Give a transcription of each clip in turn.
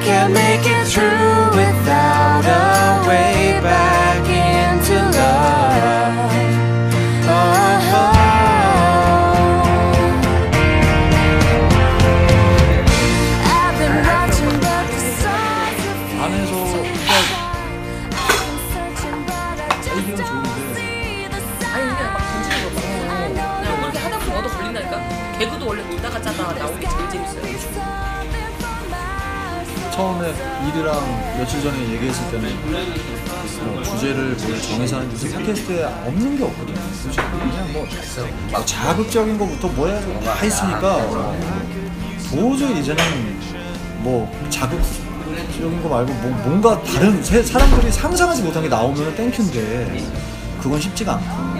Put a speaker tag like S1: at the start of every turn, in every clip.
S1: can't make it through without a way back into love. Uh-huh. Oh. I've been watching, but the signs
S2: 안에서
S1: refuse
S2: 의견은
S1: to
S2: 좋은데
S3: 아니 그냥 막 던지는 거 봐. 그냥 그렇게 하다 보면 너도 걸린다니까. 개그도 원래 놀다가 짜다 나오는 게 제일 재밌어요.
S2: 처음에 일이랑 며칠 전에 얘기했을 때는 뭐 주제를 뭘 정해서 하는 게 팟캐스트에 없는 게 없거든요. 솔직히 그냥 뭐막 자극적인 거부터 뭐 해야 되고 다 있으니까 도저히 이제는 뭐 자극적인 거 말고 뭐 뭔가 다른 세- 사람들이 상상하지 못한 게 나오면 땡큐인데 그건 쉽지가 않고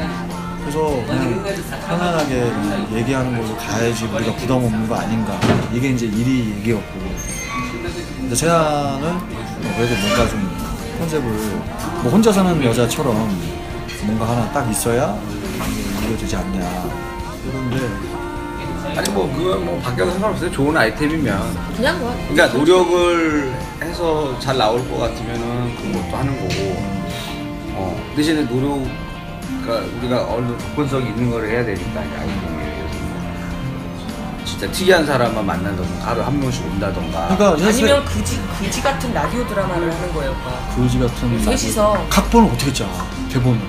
S2: 그래서 그냥 편안하게 그냥 얘기하는 걸로 가야지 우리가 부담 없는 거 아닌가 이게 이제 일이 얘기였고 근데 세아는 어, 그래도 뭔가 좀 컨셉을 뭐 혼자 사는 여자처럼 뭔가 하나 딱 있어야 이게 되지 않냐 그런데
S4: 아니 뭐 그건 뭐 바뀌어도 상관없어요. 좋은 아이템이면.
S3: 그냥 뭐
S4: 그러니까 노력을 해서 잘 나올 것 같으면은 그런 것도 하는 거고. 어. 대신에 노력, 그러니까 우리가 어느 접근성이 있는 걸 해야 되니까 이제 아이템이. 그래서 뭐 진짜 특이한 사람만 만난다던가 하루 한 명씩 온다던가.
S2: 그러니까 사실
S3: 아니면 그지 그지 같은 라디오 드라마를 하는 거예요. 오빠.
S2: 그지 같은
S3: 셋이서.
S2: 나도- 각본을 어떻게 짜 대본을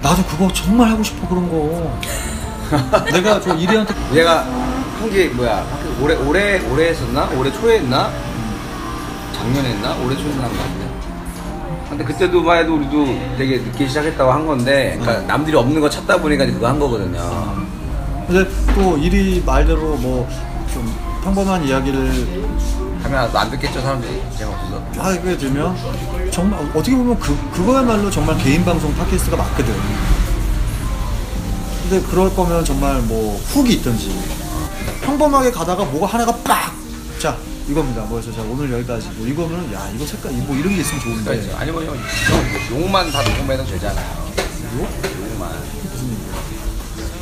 S2: 나도 그거 정말 하고 싶어 그런 거 내가 저 이리한테
S4: 얘가 한 게 뭐야? 한 게 올해 올해 올해 했었나? 올해 초에 했나? 작년에 했나? 올해 초에 했나 한거 같은데. 근데 그때도 해도 우리도 되게 늦게 시작했다고 한 건데,
S2: 음.
S4: 그러니까 남들이 없는 거 찾다 보니까 이제 그거 한 거거든요.
S2: 근데 또 이리 말대로 뭐 좀 평범한 이야기를
S4: 하면 안 듣겠죠 사람들이 그냥 없어서.
S2: 하게 되면 정말 어떻게 보면 그, 그거야말로 정말 개인 방송 팟캐스트가 맞거든. 근데 그럴 거면 정말 뭐 훅이 있든지 평범하게 가다가 뭐가 하나가 빡! 자 이겁니다. 뭐 해서 자 오늘 여기까지 뭐 이거면 야 이거 색깔 뭐 이런 게 있으면
S4: 그러니까 이제
S2: 좋은데
S4: 아니 뭐 형, 형 욕만 다 녹음해도 되잖아요. 욕? 욕만.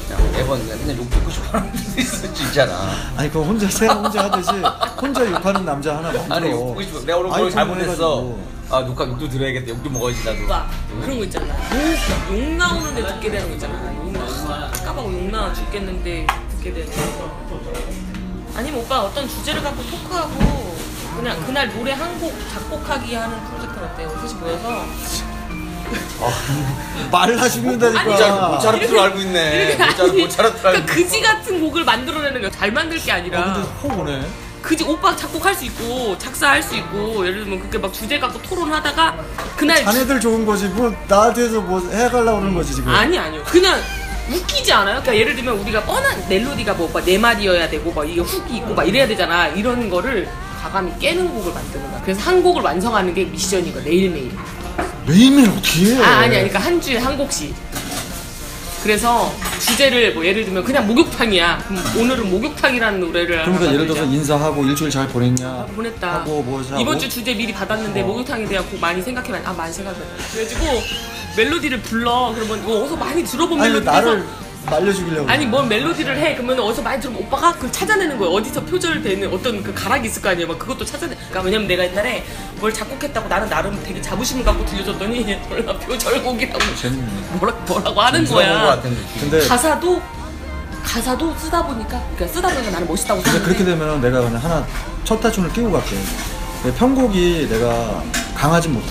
S4: 그냥 매번 그냥 맨날 욕 듣고 싶어 하는 분들 있을 수 있잖아.
S2: 아니 그거 혼자 새 혼자 하듯이 혼자 욕하는 남자 하나 만들어.
S4: 아니 욕 듣고 싶어. 내가 오늘
S2: 아이템으로
S4: 뭘 잘못했어.
S2: 해가지고.
S4: 아 녹화 욕도 들어야겠다. 욕도 먹어야지 나도.
S3: 오빠 그런 거 있잖아. 욕, 욕 나오는데 듣게 되는 거 있잖아. 욕 나. 까먹고 욕 나와 죽겠는데 듣게 되는 거. 아니면 오빠 어떤 주제를 갖고 토크하고 그냥 그날 노래 한 곡 작곡하기 하는 프로젝트 어때요? 셋이 모여서
S2: 말을 하시면다니까.
S3: 아니, 저-
S4: 못 자르- 모차르트로 알고 있네.
S3: 그러니까 이렇게
S4: 모차르-
S3: 아니,
S4: 모차르트로
S3: 그러니까
S4: 알고
S3: 그지 같은 곡을 만들어내는 거야. 잘 만들 게 아니라.
S2: 근데 확 오네.
S3: 그지 오빠 작곡할 수 있고 작사할 수 있고 예를 들면 그렇게 막 주제 갖고 토론하다가 그날
S2: 자네들 좋은 거지 뭐 나한테서 뭐 해가려고 그러는 거지 지금.
S3: 아니 아니요 그냥 웃기지 않아요? 그러니까 예를 들면 우리가 뻔한 멜로디가 뭐막네 마디여야 되고 막 이게 훅이 있고 막 이래야 되잖아 이런 거를 과감히 깨는 곡을 만드는 거야 그래서 한 곡을 완성하는 게 미션이고 매일매일
S2: 매일매일 어떻게 해?
S3: 아 아니 아니 그러니까 한 주에 한 곡씩 그래서 주제를 뭐 예를 들면 그냥 목욕탕이야 그럼 오늘은 목욕탕이라는 노래를
S2: 그러니까
S3: 하나
S2: 예를 들어서
S3: 만들자.
S2: 인사하고 일주일 잘 보냈냐
S3: 보냈다.
S2: 하고 뭐 자,
S3: 이번
S2: 뭐-
S3: 주 주제 미리 받았는데 목욕탕에 대한 곡 많이 생각해봐. 아 많이 생각해. 그래가지고 멜로디를 불러. 그러면 뭐 어디서 많이 들어본
S2: 아니
S3: 멜로디에서
S2: 나를 말려 죽이려고
S3: 아니 뭔 멜로디를 해 그러면 어디서 많이 들으면 오빠가 그걸 찾아내는 거예요 어디서 표절되는 어떤 그 가락이 있을 거 아니에요 막 그것도 찾아내 그러니까 왜냐면 내가 옛날에 뭘 작곡했다고 나는 나름 되게 자부심 갖고 들려줬더니 몰라 표절곡이라고
S2: 재밌네.
S3: 뭐라, 뭐라고 하는
S4: 그런 거
S3: 거야
S4: 같은 느낌.
S2: 근데
S3: 가사도 가사도 쓰다 보니까 그러니까 쓰다 보니까 나는 멋있다고
S2: 근데
S3: 생각해
S2: 그렇게 되면 내가 그냥 하나 첫 타춘을 끼고 갈게 내 편곡이 내가 강하진 못해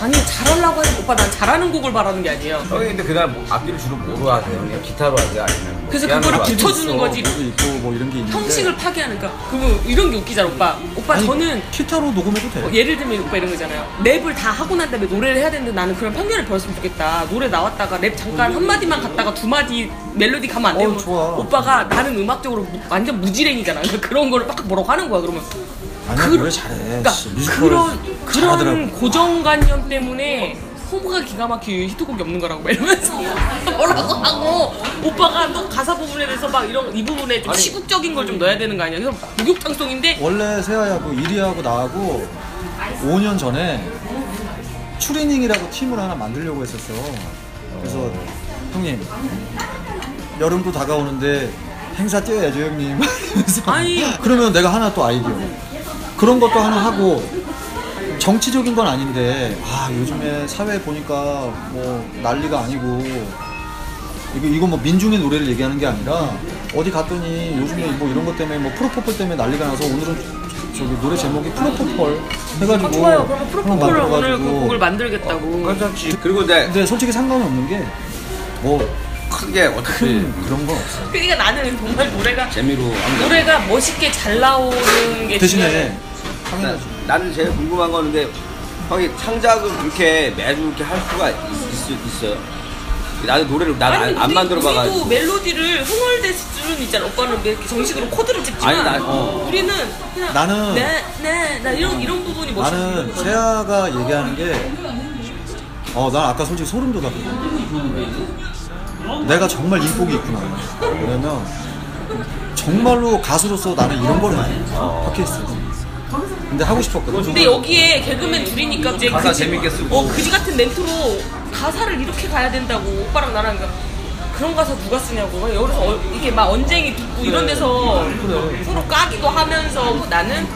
S3: 아니 잘하려고 하는 오빠 난 잘하는 곡을 바라는 게 아니에요
S4: 형이 근데 그날 뭐 악기를 주로 뭐로 하세요? 그냥 기타로 하세요? 아니면 뭐
S3: 그래서
S4: 피아노로
S3: 그거를
S4: 하세요?
S3: 붙여주는
S2: 있어,
S3: 거지.
S2: 그것도 있고 뭐 이런 게 있는데
S3: 형식을 파괴하니까 그러면 뭐 이런 게 웃기잖아 오빠 오빠
S2: 아니,
S3: 저는
S2: 기타로 녹음해도 돼
S3: 어, 예를 들면 오빠 이런 거잖아요. 랩을 다 하고 난 다음에 노래를 해야 되는데 나는 그런 편견을 버렸으면 좋겠다. 노래 나왔다가 랩 잠깐 한 마디만 갔다가 두 마디 멜로디 가면 안 되면
S2: 어, 좋아.
S3: 오빠가 나는 음악적으로 무- 완전 무지랭이잖아. 그런 거를 막 뭐라고 하는 거야 그러면.
S2: 아니야
S3: 그-
S2: 노래 잘해
S3: 그러니까
S2: 씨, 뮤지컬
S3: 그런
S2: 잘하더라고
S3: 그런 고정관념 때문에 홍보가 기가 막히게 히트곡이 없는 거라고 막 이러면서 뭐라고 하고 오빠가 또 가사 부분에 대해서 막 이런 이 부분에 좀 시국적인 걸
S2: 음.
S3: 좀 넣어야 되는 거 아니야? 그래서 목욕탕송인데
S2: 원래 세아하고 이리하고 나하고 5년 전에 추리닝이라고 팀을 하나 만들려고 했었어. 그래서 형님 여름도 다가오는데 행사 뛰어야죠 형님. 그래서
S3: 아니.
S2: 그러면 내가 하나 또 아이디어. 그런 것도 하나 하고 정치적인 건 아닌데 아 요즘에 사회 보니까 뭐 난리가 아니고 이거 이거 뭐 민중의 노래를 얘기하는 게 아니라 어디 갔더니 요즘에 뭐 이런 것 때문에 뭐 프로포폴 때문에 난리가 나서 오늘은 저- 저기 노래 제목이 프로포폴 해가지고
S3: 아, 좋아요. 그러면 프로포폴을
S2: 어, 한번
S3: 오늘 그
S2: 만들어가지고. 그러니까
S3: 곡을 만들겠다고.
S4: 깜짝지. 그리고 이제
S2: 근데 솔직히 상관이 없는 게
S4: 크게 어차피
S2: 뭐큰 그런 건 없어.
S3: 그러니까 나는 정말 노래가
S4: 재미로 한 거.
S3: 노래가 멋있게 잘 나오는 게
S2: 대신에
S4: 나-
S2: 당연하지.
S4: 나는 제일 궁금한 거는데 형이 창작을 그렇게 매주 이렇게 할 수가 있, 어요 나는 노래를
S3: 중요해.
S4: 난안
S3: 우리-
S4: 만들어
S3: 우리도
S4: 봐가지고
S3: 멜로디를 흥얼댈 수는 있잖아. 오빠는 왜 이렇게 정식으로 코드를 짚지만
S4: 아니, 나- 어.
S3: 우리는 그냥
S2: 나는-
S3: 네네나 이런 이런 부분이 멋있어.
S2: 나는 세아가 얘기하는 게, 어, 난 아까 솔직히 소름 돋았거든. 내가 정말 인복이 있구나. 왜냐면, 정말로 가수로서 나는 이런 걸 해. 팟캐스트. 근데 하고 싶었거든.
S3: 근데 여기에 개그맨 둘이니까 이제
S4: 가사 재밌게 쓰고.
S3: 어 그지 같은 멘트로 가사를 이렇게 가야 된다고 오빠랑 나랑 그러니까 그런 가사 누가 쓰냐고 여기서 어, 이게 막 언쟁이 붙고 이런
S4: 네,
S3: 데서 서로 까기도 하면서 뭐 나는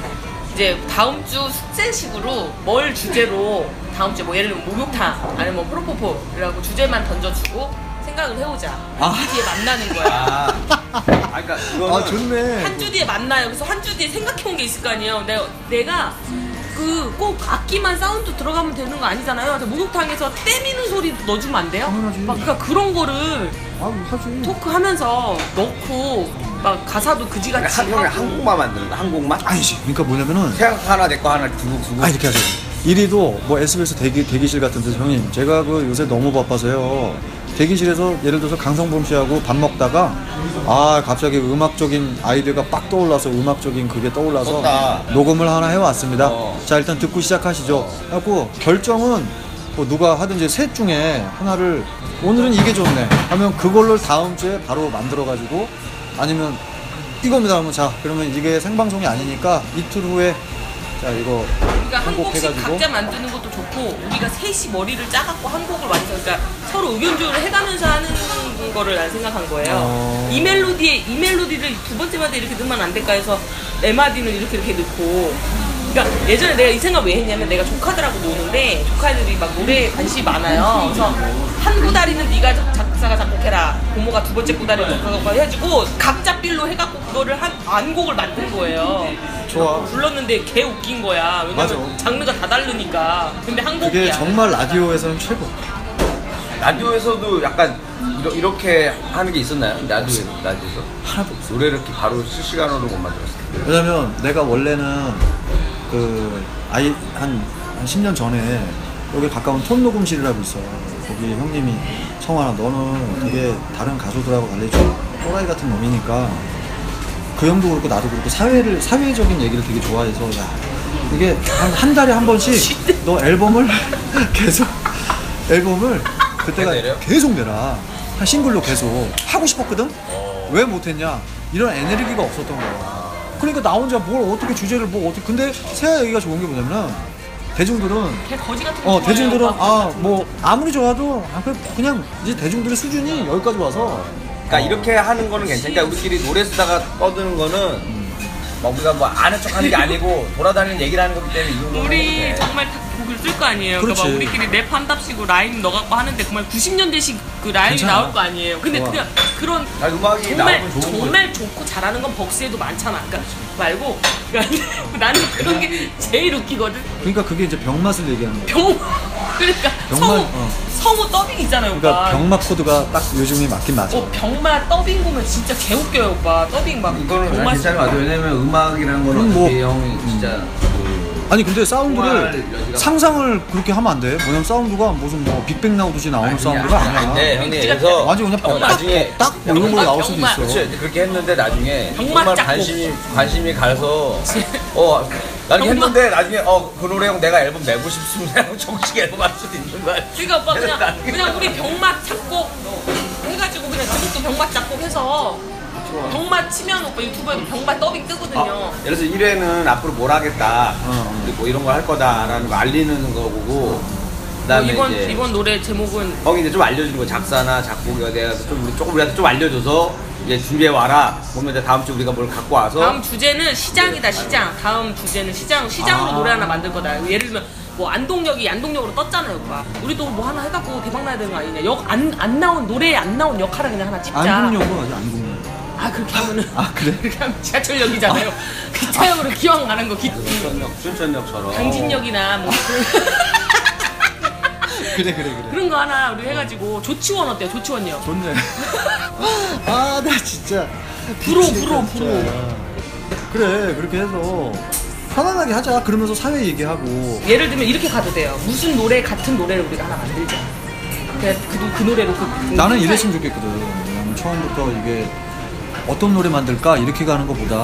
S3: 이제 다음 주 숙제식으로 뭘 주제로 다음 주에 뭐 예를 들면 목욕탕 아니면 뭐 프로포폴이라고 주제만 던져주고 생각을 해오자
S2: 아.
S3: 한 주 뒤에 만나는 거야
S4: 아, 아 그러니까
S2: 아,
S4: 그거는
S2: 좋네.
S3: 한 주 뒤에 만나요. 그래서 한 주 뒤에 생각해온 게 있을 거 아니에요. 내가, 내가 그 꼭 악기만 사운드 들어가면 되는 거 아니잖아요. 그래서 목욕탕에서 때미는 소리 넣어주면 안 돼요?
S2: 아, 당연하지.
S3: 막 그러니까 그런 거를
S2: 아, 하지.
S3: 토크하면서 넣고 막 가사도 그지같이
S4: 한, 형이 한
S3: 하고
S4: 곡만 만드는 거한 곡만?
S2: 아니지. 그러니까 뭐냐면은,
S4: 생각 하나 내 거 하나 두곡두곡
S2: 아 이렇게 하세요. 1위도 뭐 SBS 대기, 대기실 같은 데서 형님 제가 그 요새 너무 바빠서요. 대기실에서 예를 들어서 강성범 씨하고 밥 먹다가 아 갑자기 음악적인 아이디어가 빡 떠올라서 음악적인 그게 떠올라서
S4: 좋다.
S2: 녹음을 하나 해왔습니다.
S4: 어.
S2: 자 일단 듣고 시작하시죠. 하고 결정은 뭐 누가 하든지 셋 중에 하나를 오늘은 이게 좋네 하면 그걸로 다음 주에 바로 만들어 가지고 아니면 이겁니다 하면 자 그러면 이게 생방송이 아니니까 이틀 후에 자 이거
S3: 그러니까 한
S2: 한곡
S3: 곡씩
S2: 해가지고
S3: 각자 만드는 것도 좋고 우리가 셋이 머리를 짜갖고 한 곡을 완성 그러니까 서로 의견 조율을 해가면서 하는 거를 난 생각한 거예요
S2: 어.
S3: 이 멜로디에 이 멜로디를 두 번째 마디 이렇게 넣으면 안 될까 해서 네 마디는 이렇게 이렇게 넣고 그러니까 예전에 내가 이 생각 왜 했냐면 내가 조카들하고 노는데 조카들이 막 노래에 관심이 많아요 그래서 한 구다리는 네가 작- 작사가 작곡해라 고모가 두 번째 구다리 작곡하고 해가지고 각자 빌로 해갖고 그거를 한 안곡을 만든 거예요
S2: 좋아.
S3: 불렀는데 개 웃긴 거야. 왜냐면
S2: 맞아.
S3: 장르가 다 다르니까. 근데
S2: 그게
S3: 한국이야.
S2: 정말 라디오에서는 최고.
S4: 라디오에서도 약간 이렇게 하는 게 있었나요? 라디오, 라디오에서?
S2: 하나도 없어.
S4: 노래를 이렇게 바로 실시간으로 못 만들었어요
S2: 왜냐면 내가 원래는 그 아이 한, 한 10년 전에 여기 가까운 톤 녹음실이라고 있어. 거기 형님이 성환아 너는 되게 다른 가수들하고 달리 좀 또라이 같은 놈이니까 그 형도 그렇고 나도 그렇고 사회를 사회적인 얘기를 되게 좋아해서 야 이게 한, 한 달에 한 번씩 너 앨범을 계속 앨범을 그때가
S4: 내려?
S2: 계속 내라 한 싱글로 계속 하고 싶었거든
S4: 어.
S2: 왜 못했냐 이런 에너지가 없었던 거야 그러니까 나 혼자 뭘 어떻게 주제를 뭐 어떻게 근데 세아 얘기가 좋은 게 뭐냐면 대중들은
S3: 개 거지 같은 거.
S2: 어 대중들은
S3: 좋아해요.
S2: 아 뭐 아무리 좋아도 아, 그- 그냥 이제 대중들의 수준이 여기까지 와서
S4: 그러니까 이렇게 하는 거는 괜찮아. 그러니까 우리끼리 노래 쓰다가 떠드는 거는 막 우리가 뭐 아는 척 하는 게 아니고 돌아다니는 얘기를 하는 거기 때문에 이 정도는
S3: 우리
S4: 해도 돼.
S3: 정말 다 곡을 쓸 거 아니에요.
S2: 그렇지.
S3: 그러니까 막 우리끼리 랩 한답시고 라임 넣어갖고 하는데 정말 90년대식 그 라임이
S2: 괜찮아.
S3: 나올 거 아니에요. 근데
S2: 좋아.
S3: 그냥 그런
S4: 아, 음악이
S3: 정말
S4: 나오면 좋은 거지
S3: 정말 좋고 잘하는 건 벅스에도 많잖아. 그러니까 말고 그러니까 나는 그런 게 제일 웃기거든.
S2: 그러니까 그게 이제 병맛을 얘기하는 거야.
S3: 병 그러니까
S2: 병만,
S3: 성우
S2: 어.
S3: 성우 더빙 있잖아요,
S2: 그러니까
S3: 오빠.
S2: 병맛 코드가 딱 요즘에 맞긴 맞아.
S3: 어, 병마 더빙 보면 진짜 개웃겨요, 오빠. 더빙 막
S4: 이거는
S3: 정말
S4: 괜찮은 것 같아요 왜냐면 음악이라는 거는
S2: 그럼 뭐-
S4: 어떻게 형이 진짜 그
S2: 아니 근데
S4: 정말
S2: 사운드를
S4: 여기가-
S2: 상상을 그렇게 하면 안 돼. 뭐냐면 사운드가 무슨 뭐 빅뱅 나오듯이 나오는 사운드가 아니야.
S4: 네 형이
S3: 진짜
S4: 그래서
S2: 완전 그냥
S4: 어,
S2: 뻥
S4: 나중에
S2: 딱뭐 이런 걸로
S3: 병맛,
S2: 나올 수도
S3: 병맛.
S2: 있어.
S4: 그렇지 그렇게 했는데 나중에
S3: 정말
S4: 정말
S3: 짝꿍.
S4: 관심이 관심이 가서 어
S3: 정말.
S4: 나중에 했는데 나중에 어 그 노래 형 내가 앨범 내고 싶습니다 하고 정식 앨범 할 수도 있는 거야
S3: 그러니까 오빠 그냥 그냥 우리 병맛 작곡 해가지고 그냥 지금도 병맛 작곡해서 병맛 치면 오빠 유튜브에도 병맛 더빙
S4: 아.
S3: 뜨거든요. 뭐
S4: 예를 들어서 1회는 앞으로 뭘 하겠다,
S2: 어.
S4: 근데 뭐 이런 걸 할 거다라는 거 알리는 거고,
S3: 어,
S4: 그다음에
S3: 이번
S4: 이제
S3: 이번 노래 제목은
S4: 형이 이제 좀 알려주는 거 작사나 작곡에 대해서 좀 우리 조금이라도 좀 알려줘서 이제 준비해 와라. 그러면 이제 다음 주 우리가 뭘 갖고 와서
S3: 다음 주제는 시장이다 시장. 다음 주제는 시장 시장으로 노래 하나 만들 거다. 예를 들면 뭐 안동역이 안동역으로 떴잖아요, 오빠. 우리도 뭐 하나 해갖고 대박 나야 되는 거 아니냐? 역 안 안 나온 노래에 안 나온 역할을 그냥 하나 찍자.
S2: 안국역은 아직 안국역.
S3: 아 그렇게 하면은
S2: 아, 그래?
S3: 그렇게 하면 지하철역이잖아요. 그 차역으로 기왕 가는 거 기.
S4: 순천역, 순천역처럼
S3: 강진역이나 뭐
S2: 그래 그래 그래.
S3: 그런 거 하나 우리 해가지고 조치원 어때요? 조치원역.
S2: 좋네. 아 나 진짜
S3: 부러워,
S2: 미치겠다,
S3: 부러워,
S2: 진짜.
S3: 부러워.
S2: 그래 그렇게 해서 편안하게 하자. 그러면서 사회 얘기하고
S3: 예를 들면 이렇게 가도 돼요. 무슨 노래 같은 노래를 우리가 하나 만들자. 그래 그, 노- 그 노래로 그
S2: 나는 이랬으면 좋겠거든. 왜냐면 처음부터 이게 어떤 노래 만들까 이렇게 가는 것보다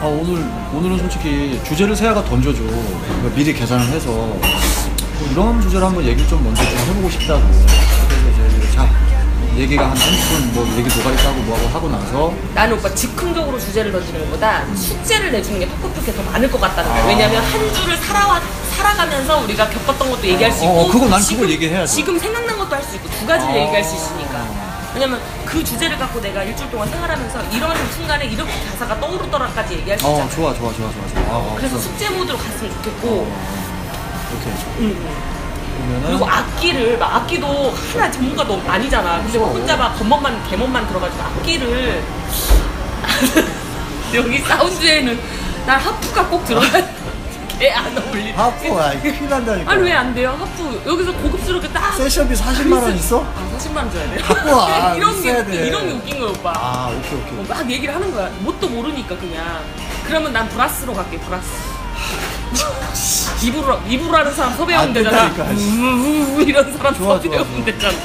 S2: 아 오늘 오늘은 솔직히 주제를 세아가 던져줘. 그러니까 미리 계산을 해서 뭐 이런 주제를 한번 얘기를 좀 먼저 좀 해보고 싶다고. 그래서 이제 자 얘기가 한 30분 뭐 얘기 도가리 따고 뭐하고 하고 나서
S3: 나는 오빠 즉흥적으로 주제를 던지는 것보다 숙제를 내주는 게 팍팍팍게 더 많을 것 같다는 거야. 왜냐면 한 주를 살아와 살아가면서 우리가 겪었던 것도 얘기할 수
S2: 어,
S3: 있고
S2: 어, 그거 난 그걸 어. 얘기해야 돼.
S3: 지금 생각난 것도 할 수 있고 두 가지를 얘기할 수 있으니까. 왜냐면 그 주제를 갖고 내가 일주일 동안 생활하면서 이런 순간에 이렇게 가사가 떠오르더라까지 얘기할 수 있잖아.
S2: 어 좋아 좋아 좋아 좋아 좋아. 아, 아,
S3: 그래서
S2: 좋아.
S3: 숙제 모드로 갔으면
S2: 어.
S3: 좋겠고
S2: 이렇게
S3: 음.
S2: 그러면은
S3: 그리고 악기를 막 악기도 하나 전문가 너무 아니잖아 근데 막 혼자 막 겉멋만 개멋만 들어가지고 악기를 여기 사운드에는 난 하프가 꼭 들어가야 돼안 어울리
S2: 하프 아이 큰일 난다니까.
S3: 아니 왜 안 돼요 하프 여기서 고급스럽게 딱
S2: 세션비 40만 원 있어?
S3: 아 40만 원 줘야 돼요
S2: 하프, 아,
S3: 이런 게
S2: 있어야
S3: 웃기-
S2: 돼.
S3: 이런 게 웃긴 거야 오빠
S2: 아 오케이 오케이.
S3: 어, 막 얘기를 하는 거야. 뭣도 모르니까 그냥. 그러면 난 브라스로 갈게. 브라스. 입으로 입으로 하는 사람 섭외하면
S2: 아, 안
S3: 되잖아.
S2: 된다니까,
S3: 우우우 이런 사람
S2: 좋아,
S3: 섭외하면
S2: 좋아, 좋아.
S3: 되잖아.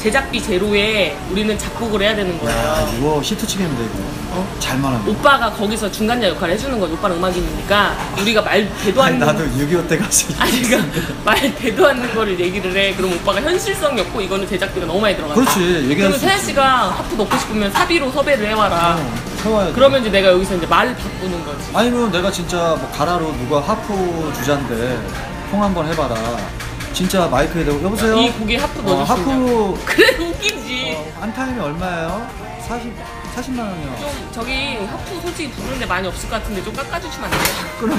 S3: 제작비 제로에 우리는 작곡을 해야 되는 거야.
S2: 야 이거 히트 치겠는데 이거 어? 잘만 하면
S3: 오빠가 거기서 중간자 역할을 해주는 거지. 오빠는 음악인이니까 우리가 말 대도 안
S2: 아니
S3: 되는
S2: 나도 6.25 때 가서
S3: 아니 그러니까 말 대도 않는 거를 얘기를 해. 그럼 오빠가 현실성이 없고 이거는 제작비가 너무 많이 들어간다.
S2: 그렇지, 얘기할 수
S3: 그러면 세아 씨가 하프 넣고 싶으면 사비로 섭외를 해와라.
S2: 어. 세워야 돼
S3: 그러면 이제 내가 여기서 이제 말을 바꾸는 거지.
S2: 아니면 내가 진짜 뭐 가라로 누가 하프 주자인데 형 한번 해봐라 진짜 마이크에 대고 여보세요
S3: 이 곡에 하프
S2: 어,
S3: 넣어줄 수 있냐?
S2: 하프
S3: 그래 웃기지.
S2: 어, 안타임이 얼마예요? 40, 40만 원이요
S3: 좀 저기 하프 솔직히 부르는데 많이 없을 것 같은데 좀 깎아주시면 안 돼요?
S2: 그럼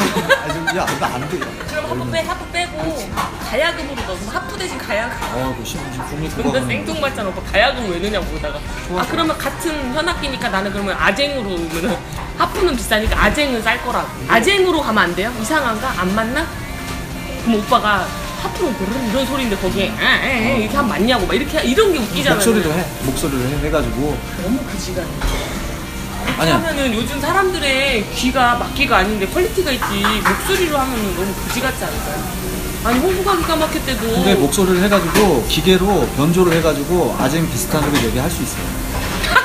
S2: 야나안돼
S3: 그럼 하프 빼 하프 빼고 가야금으로 넣어. 그럼 하프 대신 가야금.
S2: 어그 신분 국립
S3: 근데
S2: 국악
S3: 생뚱맞잖아 오빠 가야금 왜 넣냐고 보다가
S2: 좋아,
S3: 아
S2: 좋아.
S3: 그러면 같은 현악기니까 나는 그러면 아쟁으로 오면은 하프는 비싸니까 아쟁은 쌀 거라고
S2: 음.
S3: 아쟁으로 가면 안 돼요? 이상한가? 안 맞나? 그럼 오빠가 하프는 그런 이런 소리인데 거기에 에에에 이렇게 하면 맞냐고 막 이렇게 이런 게 웃기잖아요
S2: 목소리도 해 목소리를 해 해가지고
S3: 너무 그 시간에
S2: 아니야
S3: 하면은 요즘 사람들의 귀가 막귀가 아닌데 퀄리티가 있지 목소리로 하면은 너무 그지 같지 않을까요? 아니 홍보가 기가 막힐 때도
S2: 근데 목소리를 해가지고 기계로 변조를 해가지고 아쟁 비슷한 소리 되게 할 수 있어요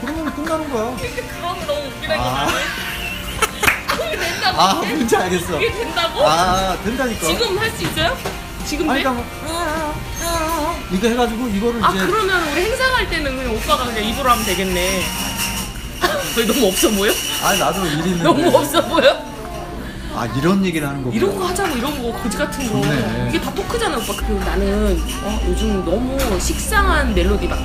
S2: 그러면 끝나는 거야
S3: 그런 거 너무 웃기다니까
S2: 아.
S3: 나는 그게 된다고?
S2: 아 뭔지 알겠어
S3: 그게 된다고?
S2: 아 된다니까
S3: 지금 할 수 있어요? 지금 돼?
S2: 아니 그러니까 뭐, 이거 해가지고 이거를
S3: 아
S2: 이제
S3: 그러면 우리 행사할 때는 그냥 오빠가 그냥 입으로 하면 되겠네 왜 너무 없어 보여?
S2: 아 나도 일 있는데
S3: 너무 없어 보여?
S2: 아 이런 얘기를 하는 거구나
S3: 이런 거 하자고 이런 거 거지 같은 거
S2: 좋네.
S3: 이게 다 토크잖아 오빠 그리고 나는 어, 요즘 너무 식상한 멜로디 막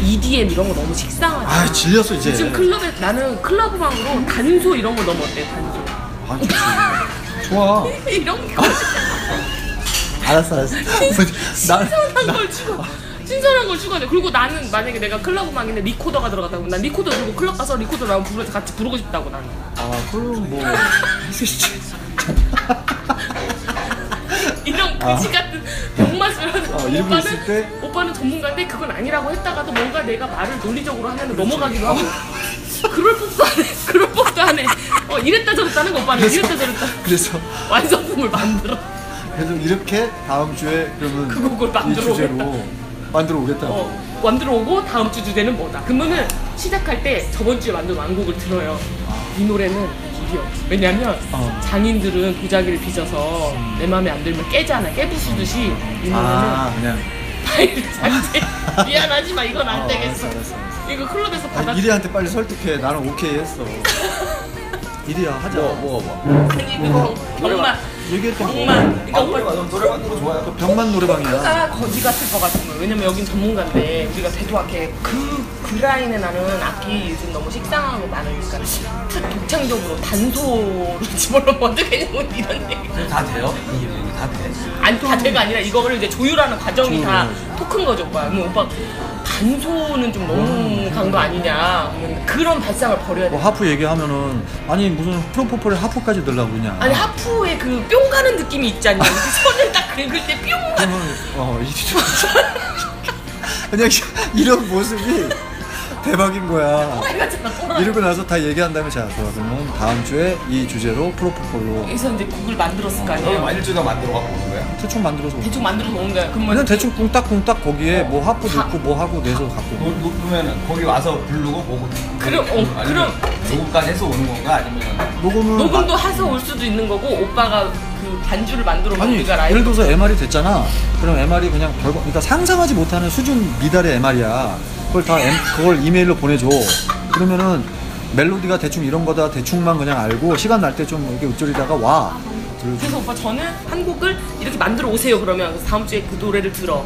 S3: EDM 이런 거 너무 식상하다
S2: 아 질렸어 이제
S3: 요즘 클럽에 나는 클럽 음악으로 단소 이런 거 너무 어때 단소
S2: 아 좋지 좋아
S3: 이런 거
S2: 알았어 알았어
S3: 신선한 걸 추가 신선한 걸 추가해 그리고 나는 만약에 내가 클럽 음악인데 리코더가 들어갔다고 난 리코더 들고 클럽 가서 리코더 나오면 부르면서 같이 부르고 싶다고 나는
S2: 아 그럼 뭐
S3: 이런 그지 같은 병맛을 하는
S2: 어, 아. 일부 있을 때?
S3: 오빠는 전문가인데 그건 아니라고 했다가도 뭔가 내가 말을 논리적으로 하면
S2: 그렇죠.
S3: 넘어가기도
S2: 아.
S3: 하고 그럴 법도 하네 그럴 법도 하네 어 이랬다 저랬다 하는 거 오빠는
S2: 그래서-
S3: 이랬다 저랬다
S2: 그래서
S3: 완성품을 만들어
S2: 그래서 이렇게 다음 주에 그러면
S3: 그 곡을 만들어
S2: 이 주제로 만들어 오겠다고
S3: 어 만들어 오고 다음 주 주제는 뭐다 그러면은 시작할 때 저번 주에 만든 완곡을 들어요 이 노래는 길이요 왜냐면
S2: 어.
S3: 장인들은 도자기를 빚어서 내 마음에 안 들면 깨잖아 깨부수듯이 이 노래는
S2: 아 그냥
S3: 파일을 잘때 미안하지 만 이건
S2: 어,
S3: 안 되겠어
S2: 알았어, 알았어.
S3: 이거 클럽에서 받아
S2: 아, 이리한테 빨리 설득해 나는 오케이 했어 이리야 하자
S4: 뭐, 뭐가 뭐.
S3: 아니 이거 정말
S2: 얘기했던 거.
S3: 정말 그러니까 오빠
S4: 어,
S2: 그 병만 노래방이야.
S3: 진짜 거지 같을 것 같은 거예요. 왜냐면 여긴 전문가인데 우리가 되도록해 그, 그 라인에 나는 악기 요즘 너무 식상하고 많으니까 특 독창적으로 단소로 집어넣으면 어떻게냐고 이런 얘기.
S4: 다 돼요? 이게 다 돼.
S3: 아니 다제가 아니라 이거를 이제 조율하는 과정이 다 토큰 거죠 오빠. 뭐 오빠 단소는 좀 너무 간 거 아니냐. 그러면 그런 발상을 버려야 돼.
S2: 뭐 하프 얘기하면은 아니 무슨 프로포폴에 하프까지 넣으려고 그러냐.
S3: 아니 하프의 그 뿅 가는 느낌이 있지 않냐. 이렇게 손을 딱 긁을 때뿅 가는.
S2: 그러면 어 이리 좀 그냥 이런 모습이 대박인 거야.
S3: 그
S2: 이러고 나서 다 얘기한 다음에 자 좋아 그러면 다음 주에 이 주제로 프로포폴로
S3: 그래서 이제 곡을 만들었을 거
S4: 너는
S3: 아니에요.
S4: 만일주나 만들어 갖고 온 거야?
S2: 대충 만들어서
S3: 대충 만들어서 온 거야. 뭐 그러면
S2: 그냥 대충 꿍딱꿍딱 거기에 뭐 하프
S3: 다-
S2: 넣고 뭐 하고 내서 갖고
S4: 노- 녹으면은 거기 와서 부르고 보고.
S3: 그럼, 어,
S4: 아니면 녹음까지 해서 오는 건가 아니면
S2: 녹음은
S3: 녹음도 해서 올 수도 있는 거고 오빠가 그 반주를 만들어 놓은
S2: 아니
S3: 우리가 라이브
S2: 예를 들어서 MR이 됐잖아. 그럼 MR이 그냥 별거 그러니까 상상하지 못하는 수준 미달의 MR이야. 그걸 다 M- 그걸 이메일로 보내줘. 그러면은 멜로디가 대충 이런 거다 대충만 그냥 알고 시간 날 때 좀 이렇게 웃조리다가 와. 들려줘.
S3: 그래서 오빠 저는 한 곡을 이렇게 만들어 오세요 그러면 그래서 다음 주에 그 노래를 들어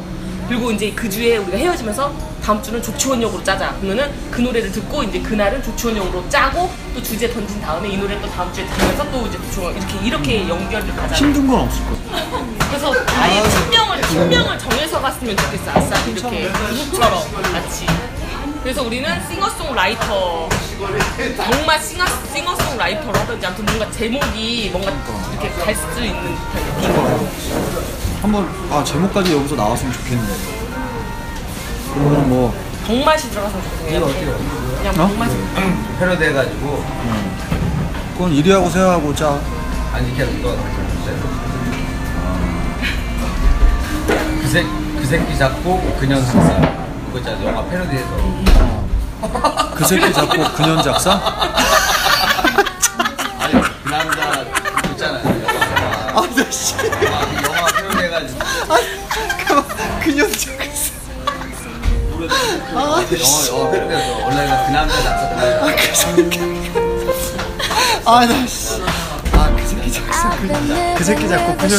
S3: 그리고 이제 그 주에 우리가 헤어지면서 다음 주는 조치원역으로 짜자 그러면은 그 노래를 듣고 이제 그날은 조치원역으로 짜고 또 주제 던진 다음에 이 노래 또 다음 주에 들으면서 또 이제 조치원 이렇게 이렇게 연결을 가자
S2: 힘든 건 없을 거야.
S3: 그래서 아예 팀명을 팀명을 정해서 갔으면 좋겠어 아싸 이렇게 그룹처럼 같이 그래서 우리는 싱어송라이터 정말 싱어, 싱어송라이터로 하든지 아무튼 뭔가 제목이 뭔가 이렇게 갈 수 있는 편이에요
S2: 한번 아 제목까지 여기서 나왔으면 좋겠네. 그러면 뭐
S3: 병맛이 들어가서 좋겠네요 그냥
S2: 어?
S3: 병맛이
S4: 패러디 해가지고
S2: 그건 이리하고 생각하고 짜.
S4: 아니 이렇게 이거 그 새, 그 새끼 잡고 그년 상사 그거 있잖아 영화 패러디에서
S3: 아,
S2: 그 새끼 잡고 근현 작사?
S4: 아니 그 남자 있잖아 영화
S2: 아나 씨.
S4: 영화 패러디해가지고
S2: 근현 작사.
S4: 영화 영화 패러디해서 원래가 그 남자 잡자 그 남자
S2: 아나 씨. 아 그 새끼 작사.
S1: 그
S2: 새끼 자꾸 근육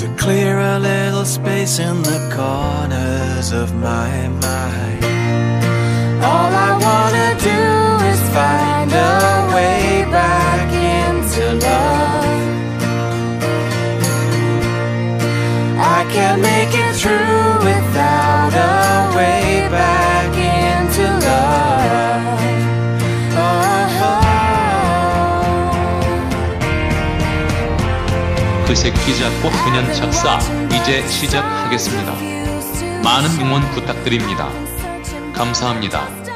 S5: to clear a little space in the corners of my mind.
S1: All I wanna do is find a way back into love. I can't make it through without a way back into love. Uh-huh. Oh.
S6: 그 새끼 잡고 그년 작사 이제 시작하겠습니다. 많은 응원 부탁드립니다. 감사합니다.